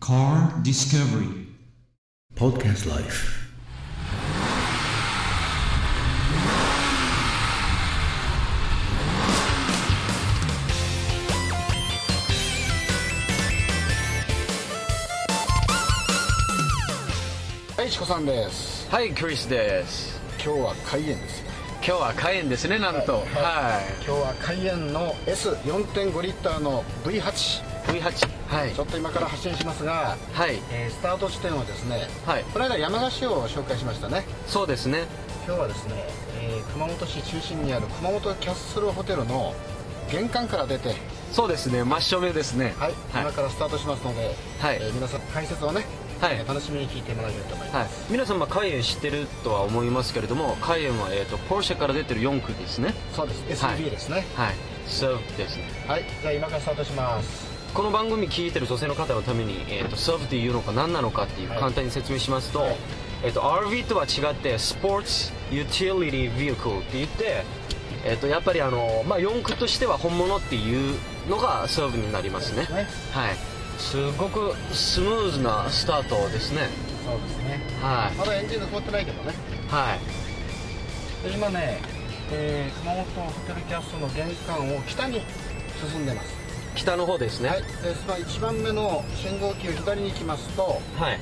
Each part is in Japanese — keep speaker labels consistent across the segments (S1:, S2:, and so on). S1: Car Discovery.
S2: Podcast Life.
S3: はい、しこさんです。
S4: はい、クリスです。
S3: 今日は開演ですね。
S4: 今日は開演ですね、なんと。はい。
S3: 今日は開演の S4.5 リッターの V8、
S4: V8。はい
S3: ちょ。っと今から発信しますが、
S4: はい。
S3: えースタート地点はですね、
S4: はい
S3: この間山鹿市を紹介しましたね。
S4: そうですね。
S3: 今日はですね、えー熊本市中心にある熊本キャッスルホテルの玄関から出て、はい、
S4: そうですね。真正面ですね。はい
S3: 今。からスタートしますので、
S4: はい
S3: えー皆さん解説をね、
S4: はい
S3: えー楽しみに聞いてもらえればと思います。
S4: はい、皆様、カイエン知ってるとは思いますけれども、カイエンは、えー、とポルシェから出てる4区ですね。
S3: そうです。
S4: はい
S3: SUV ですね。
S4: はい。そうですね。
S3: はい、じゃあ今からスタートします。
S4: この番組聞いてる女性の方のために、えー、とサーブっていうのか何なのかっていう
S3: はい
S4: 簡単に説明しますと,、
S3: はい
S4: えー、と RV とは違ってスポーツユーティリティビュークルって言って、えー、とやっぱりあの、まあ、四駆としては本物っていうのがサーブになりますね
S3: そうですね
S4: はいすごくスムーズなスタートですね
S3: そうですね。
S4: はい、
S3: まだエンジンが凍ってないけどね。
S4: はい、
S3: で今ね、えー熊本ホテルキャストの玄関を北に進んでます、
S4: 北の方ですね
S3: はいでその1番目の信号機を左に行きますと
S4: はい、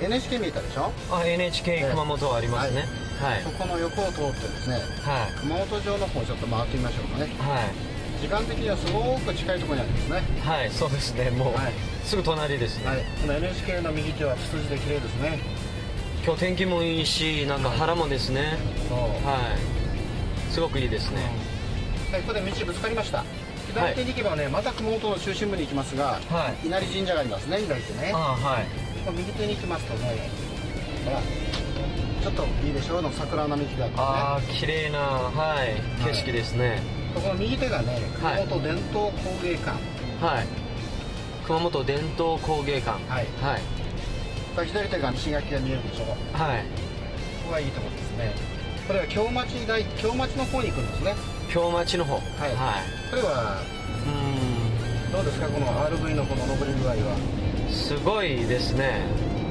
S3: NHK 見えたでしょ、
S4: あ NHK 熊本ありますねはい
S3: そこの横を通ってですね
S4: はい
S3: 熊本城の方をちょっと回ってみましょうかね
S4: はい、
S3: 時間的にはすごく近いところにありますね
S4: はい、そうですねもう、
S3: はい
S4: すぐ隣ですね、
S3: はいこの NHK の右手はツツジで綺麗ですね
S4: 今日天気もいいしなんか腹もですね
S3: そう、
S4: はいすごくいいですね
S3: はい、ここで道ぶつかりました左手に行けばね、また熊本の中心部に行きますが、
S4: は
S3: 稲荷神社がありますね左手ね
S4: ああはい
S3: 右手に行きますとねほらちょっといいでしょうの桜並木があ
S4: あ
S3: っ
S4: あ綺麗なはい景色ですね
S3: てねそこの右手がね熊
S4: はい
S3: 本伝統工芸館、
S4: はい熊本伝統工芸館
S3: はい
S4: はい
S3: これ左手が石垣が見えるでしょこ
S4: はい
S3: こがいいところですねこれは京町大京町の方に行くんですね
S4: 京町の方はい
S3: これは
S4: いう
S3: どうですかこの RV のこの登り具合は、
S4: ーんすごいですね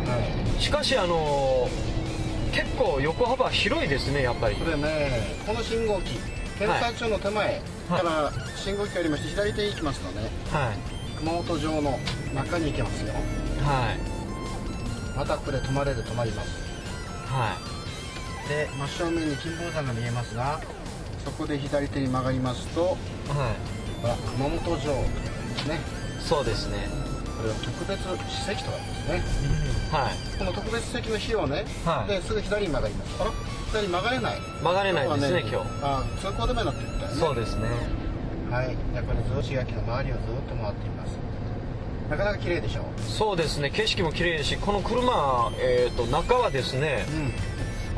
S3: はい、
S4: しかしあのー結構横幅広いですねやっぱり
S3: これねこの信号機検査庁の手前から信号機がありまして左手に行きますとね
S4: はい
S3: 熊本城の中に行けますよ
S4: はい
S3: またこれ泊まれる泊まります
S4: は
S3: で真正面に金峰山が見えますがそこで左手に曲がりますと
S4: いは
S3: ほら熊本城ですね
S4: いそうですね
S3: これは特別史跡とかですね
S4: はい
S3: この特別史跡の日をね、
S4: はい
S3: ですぐ左に曲がりますあら左に曲がれない
S4: 曲がれないですね
S3: ここ
S4: 今
S3: は
S4: 日
S3: あ通行止めになってるみたいね
S4: そうですね
S3: はいじゃあこれ雑司垣の周りをずっと回っていますなかなか綺麗でしょ
S4: そうですね景色も綺麗だしこの車、えー、と中はですね
S3: う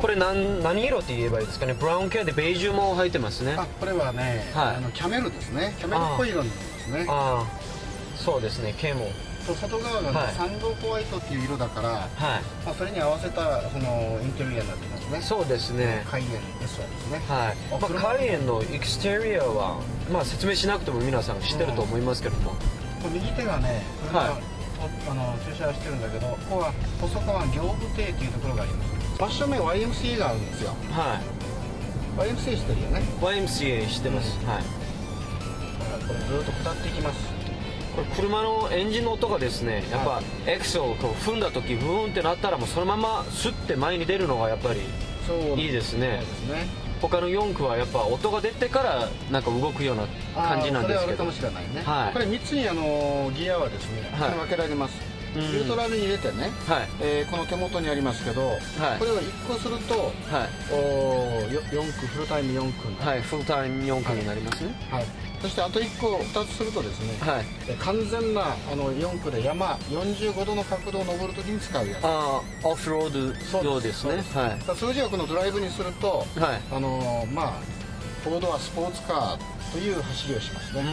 S3: ん
S4: これ何何色って言えばいいですかねブラウン系でベージュも入ってますね
S3: あ
S4: あ
S3: これはね、
S4: はい
S3: あのキャメルですねキャメルっぽい色になりますね
S4: あーそうですね毛も
S3: と外側がね、
S4: はい
S3: サンドホワイトっていう色だから
S4: は
S3: まあ、それに合わせたそのインテリアになってますね
S4: いそうですね
S3: 開園ですわですね
S4: はい
S3: あ
S4: まあ、
S3: 車
S4: カイエンのエクステリアは、まあ、説明しなくても皆さん知ってると思いますけども、
S3: これ右手がね車、
S4: はい
S3: とあの駐車してるんだけどここは細川行部亭っていうところがあります真正面 YMCA があるんですよ
S4: は
S3: YMCA してるよね
S4: い YMCA してます、はい
S3: これずっと下っていきます
S4: これ車のエンジンの音がですねやっ
S3: は
S4: ぱエクセルをこう踏んだ時ブーンってなったらもうそのままスッて前に出るのがやっぱり
S3: そう
S4: いいですね
S3: そうですね
S4: 他の4区はやっぱ音が出てからなんか動くような感じなん
S3: あーそ
S4: ですけど
S3: れはあるかもしれないね、
S4: はい
S3: これ3つにあのギアはですね、
S4: はい
S3: 分けられます
S4: う
S3: ニ
S4: ん
S3: ュートラルに入れてね、
S4: はい
S3: えーこの手元にありますけど、これを1個すると
S4: はい
S3: おーよ4区フルタイム4区になる
S4: はいフルタイム4区になりますね
S3: はい、そしてあと1個2つするとですね、
S4: はい
S3: え完全なあの4区で山45度の角度を登るときに使うやつ
S4: ああオフロード用ですね
S3: そう
S4: はい
S3: だから数字はこのドライブにすると、
S4: はい
S3: あのーまあフォードはスポーツカーという走りをします
S4: う
S3: ね、
S4: ー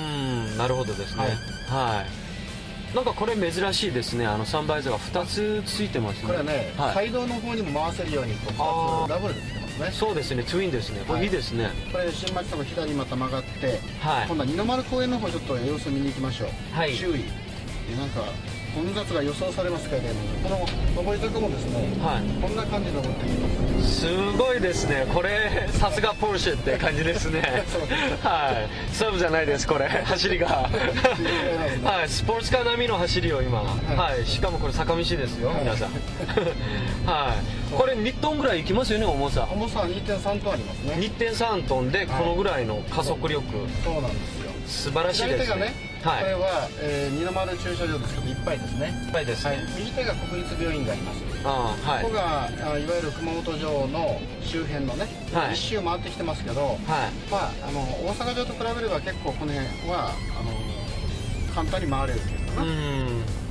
S4: んなるほどですね
S3: はい
S4: はいなんかこれ珍しいですねあのサンバイザーが2つついてますね
S3: これはね、
S4: はい
S3: 街道の方にも回せるようにこ
S4: あ
S3: う
S4: ー
S3: ダブルでつけますね
S4: そうですねツインですねこ
S3: はい
S4: れいいですね
S3: これ新町とか左にまた曲がって、
S4: はい
S3: 今度は二の丸公園の方ちょっと様子見に行きましょう、
S4: はい
S3: 注意なんか混雑が予想されますけれどもこの上り坂もですね、
S4: はい
S3: こんな感じで登っていきます
S4: すごいですねこれさすがポルシェって感じですね
S3: そうです
S4: はいサブじゃないですこ れ走りがはいスポーツカー並みの走りを今はい、しかもこれ坂道ですよ、皆さん はいこれ2トンぐらいいきますよね重さ
S3: 重さは2.3トンありますね
S4: 2.3トンでこのぐらいの加速力、
S3: そうなんですよ
S4: 素晴らしい
S3: 左
S4: で
S3: 手
S4: す
S3: が
S4: ね
S3: ね、
S4: はい
S3: これは、えー二の丸駐車場ですけどいっぱいですね
S4: いっぱいです
S3: は
S4: ね
S3: い、右手が国立病院があります
S4: ああはい
S3: ここがあいわゆる熊本城の周辺のね、
S4: はい
S3: 一周回ってきてますけど、
S4: はい
S3: まあ、あの大阪城と比べれば結構この辺はあの簡単に回れるっていうか
S4: う
S3: な、
S4: ん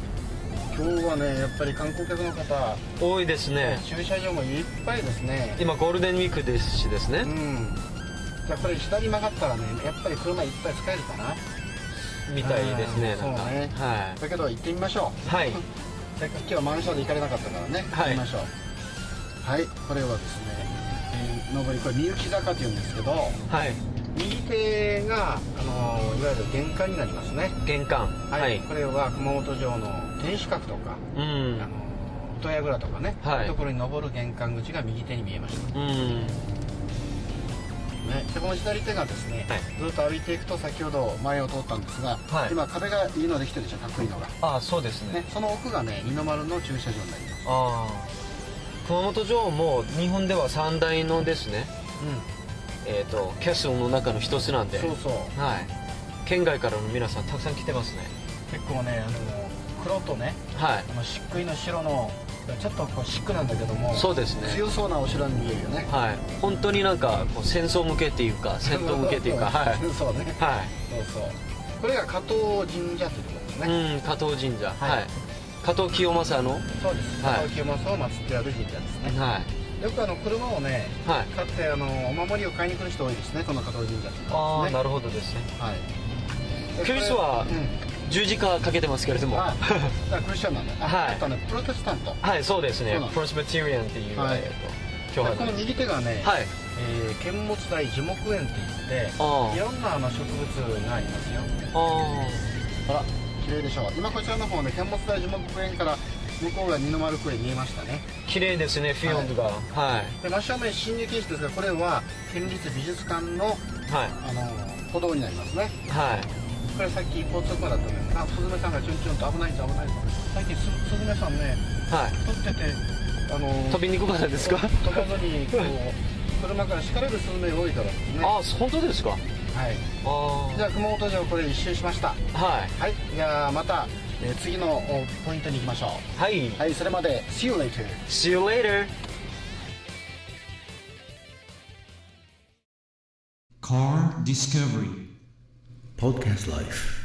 S3: 今日はねやっぱり観光客の方
S4: 多いですね
S3: 駐車場もいっぱいですね
S4: 今ゴールデンウィークですしですね
S3: うんやっぱり左曲がったらねやっぱり車いっぱい使えるかな
S4: みたいですね
S3: あー
S4: なんか
S3: そうね
S4: は
S3: だけど行ってみましょ
S4: いはいう
S3: せっかく今日は満車で行かれなかったからね、
S4: はい
S3: 行ってみましょうはいこれはですね、えー上りこれみゆき坂っていうんですけど
S4: はい
S3: 右手が、あのーいわゆる玄関になりますね
S4: 玄関
S3: はい、
S4: はい
S3: これは熊本城の天守閣とか、
S4: う
S3: あの
S4: ん
S3: ー音櫓とかね、
S4: はい
S3: そういうところに登る玄関口が右手に見えました
S4: うん
S3: ね、でこの左手がですね、
S4: はい
S3: ずっと歩いていくと先ほど前を通ったんですが、
S4: はい
S3: 今壁がいいのできてるでしょかっこいいのが、
S4: ああそうですね
S3: ね、その奥がね二の丸の駐車場になります、
S4: ああ熊本城も日本では三大のですねえっとキャスルの中の一つなんで
S3: そうそう
S4: はい県外からの皆さんたくさん来てますね
S3: 結構ねあの黒とね
S4: はい
S3: この漆喰の白のちょっとこうシックなんだけども
S4: そうですね
S3: 強そうなお城に見えるよね
S4: はい本当になんかこう戦争向けっていう か戦闘向けっていうかはい
S3: そうね
S4: は
S3: そうそうこれが加藤神社というところですね、
S4: いうん加藤神社
S3: はい
S4: はい加藤清正の
S3: そうです
S4: はい
S3: 加藤清正を祀ってある神社ですね、
S4: はい
S3: よくあの車をね
S4: はい
S3: 買ってあのお守りを買いに来る人多いですねこの加藤神社っていうところで
S4: ああ
S3: すね
S4: なるほどですね
S3: はい。
S4: クリスは
S3: うん
S4: 十字架かけてますけれども、
S3: あだからクリスチャンなんだ。あ
S4: はい
S3: あとね、プロテスタント。
S4: はいそうですね
S3: そうなん
S4: プロスペティリアンっていう
S3: はい
S4: えっと教
S3: こ
S4: 派
S3: の
S4: です
S3: 右手がね、
S4: はい
S3: えー剣物台樹木園って言って、
S4: あー
S3: いろんなあの植物がありますよ。
S4: あ
S3: ほら、綺麗でしょう。今こちらの方ね、剣物台樹木園から向こうが二の丸公園見えましたね。
S4: あ綺麗ですねフィヨンドがは
S3: で、真正面進入禁止ですが、これは県立美術館の
S4: いはい
S3: あの歩道になりますね。
S4: はい
S3: これさっき交通課だったのよ。あ、スズメさんがちょんちょんと危ないぞ危ないぞ。最近ススズメさんね、
S4: はい
S3: 撮ってて、あの
S4: 飛びにくかったですか
S3: 飛ばずにこう車から叱られるスズメが多いからですね
S4: ああ本当ですか
S3: はい
S4: ああ
S3: じゃあ熊本城これ一周しました
S4: はい
S3: はいじゃあまた、えー次のおポイントに行きましょ
S4: はい
S3: はいそれまで See you later
S4: See you later
S1: Car Discovery.
S2: Podcast Life.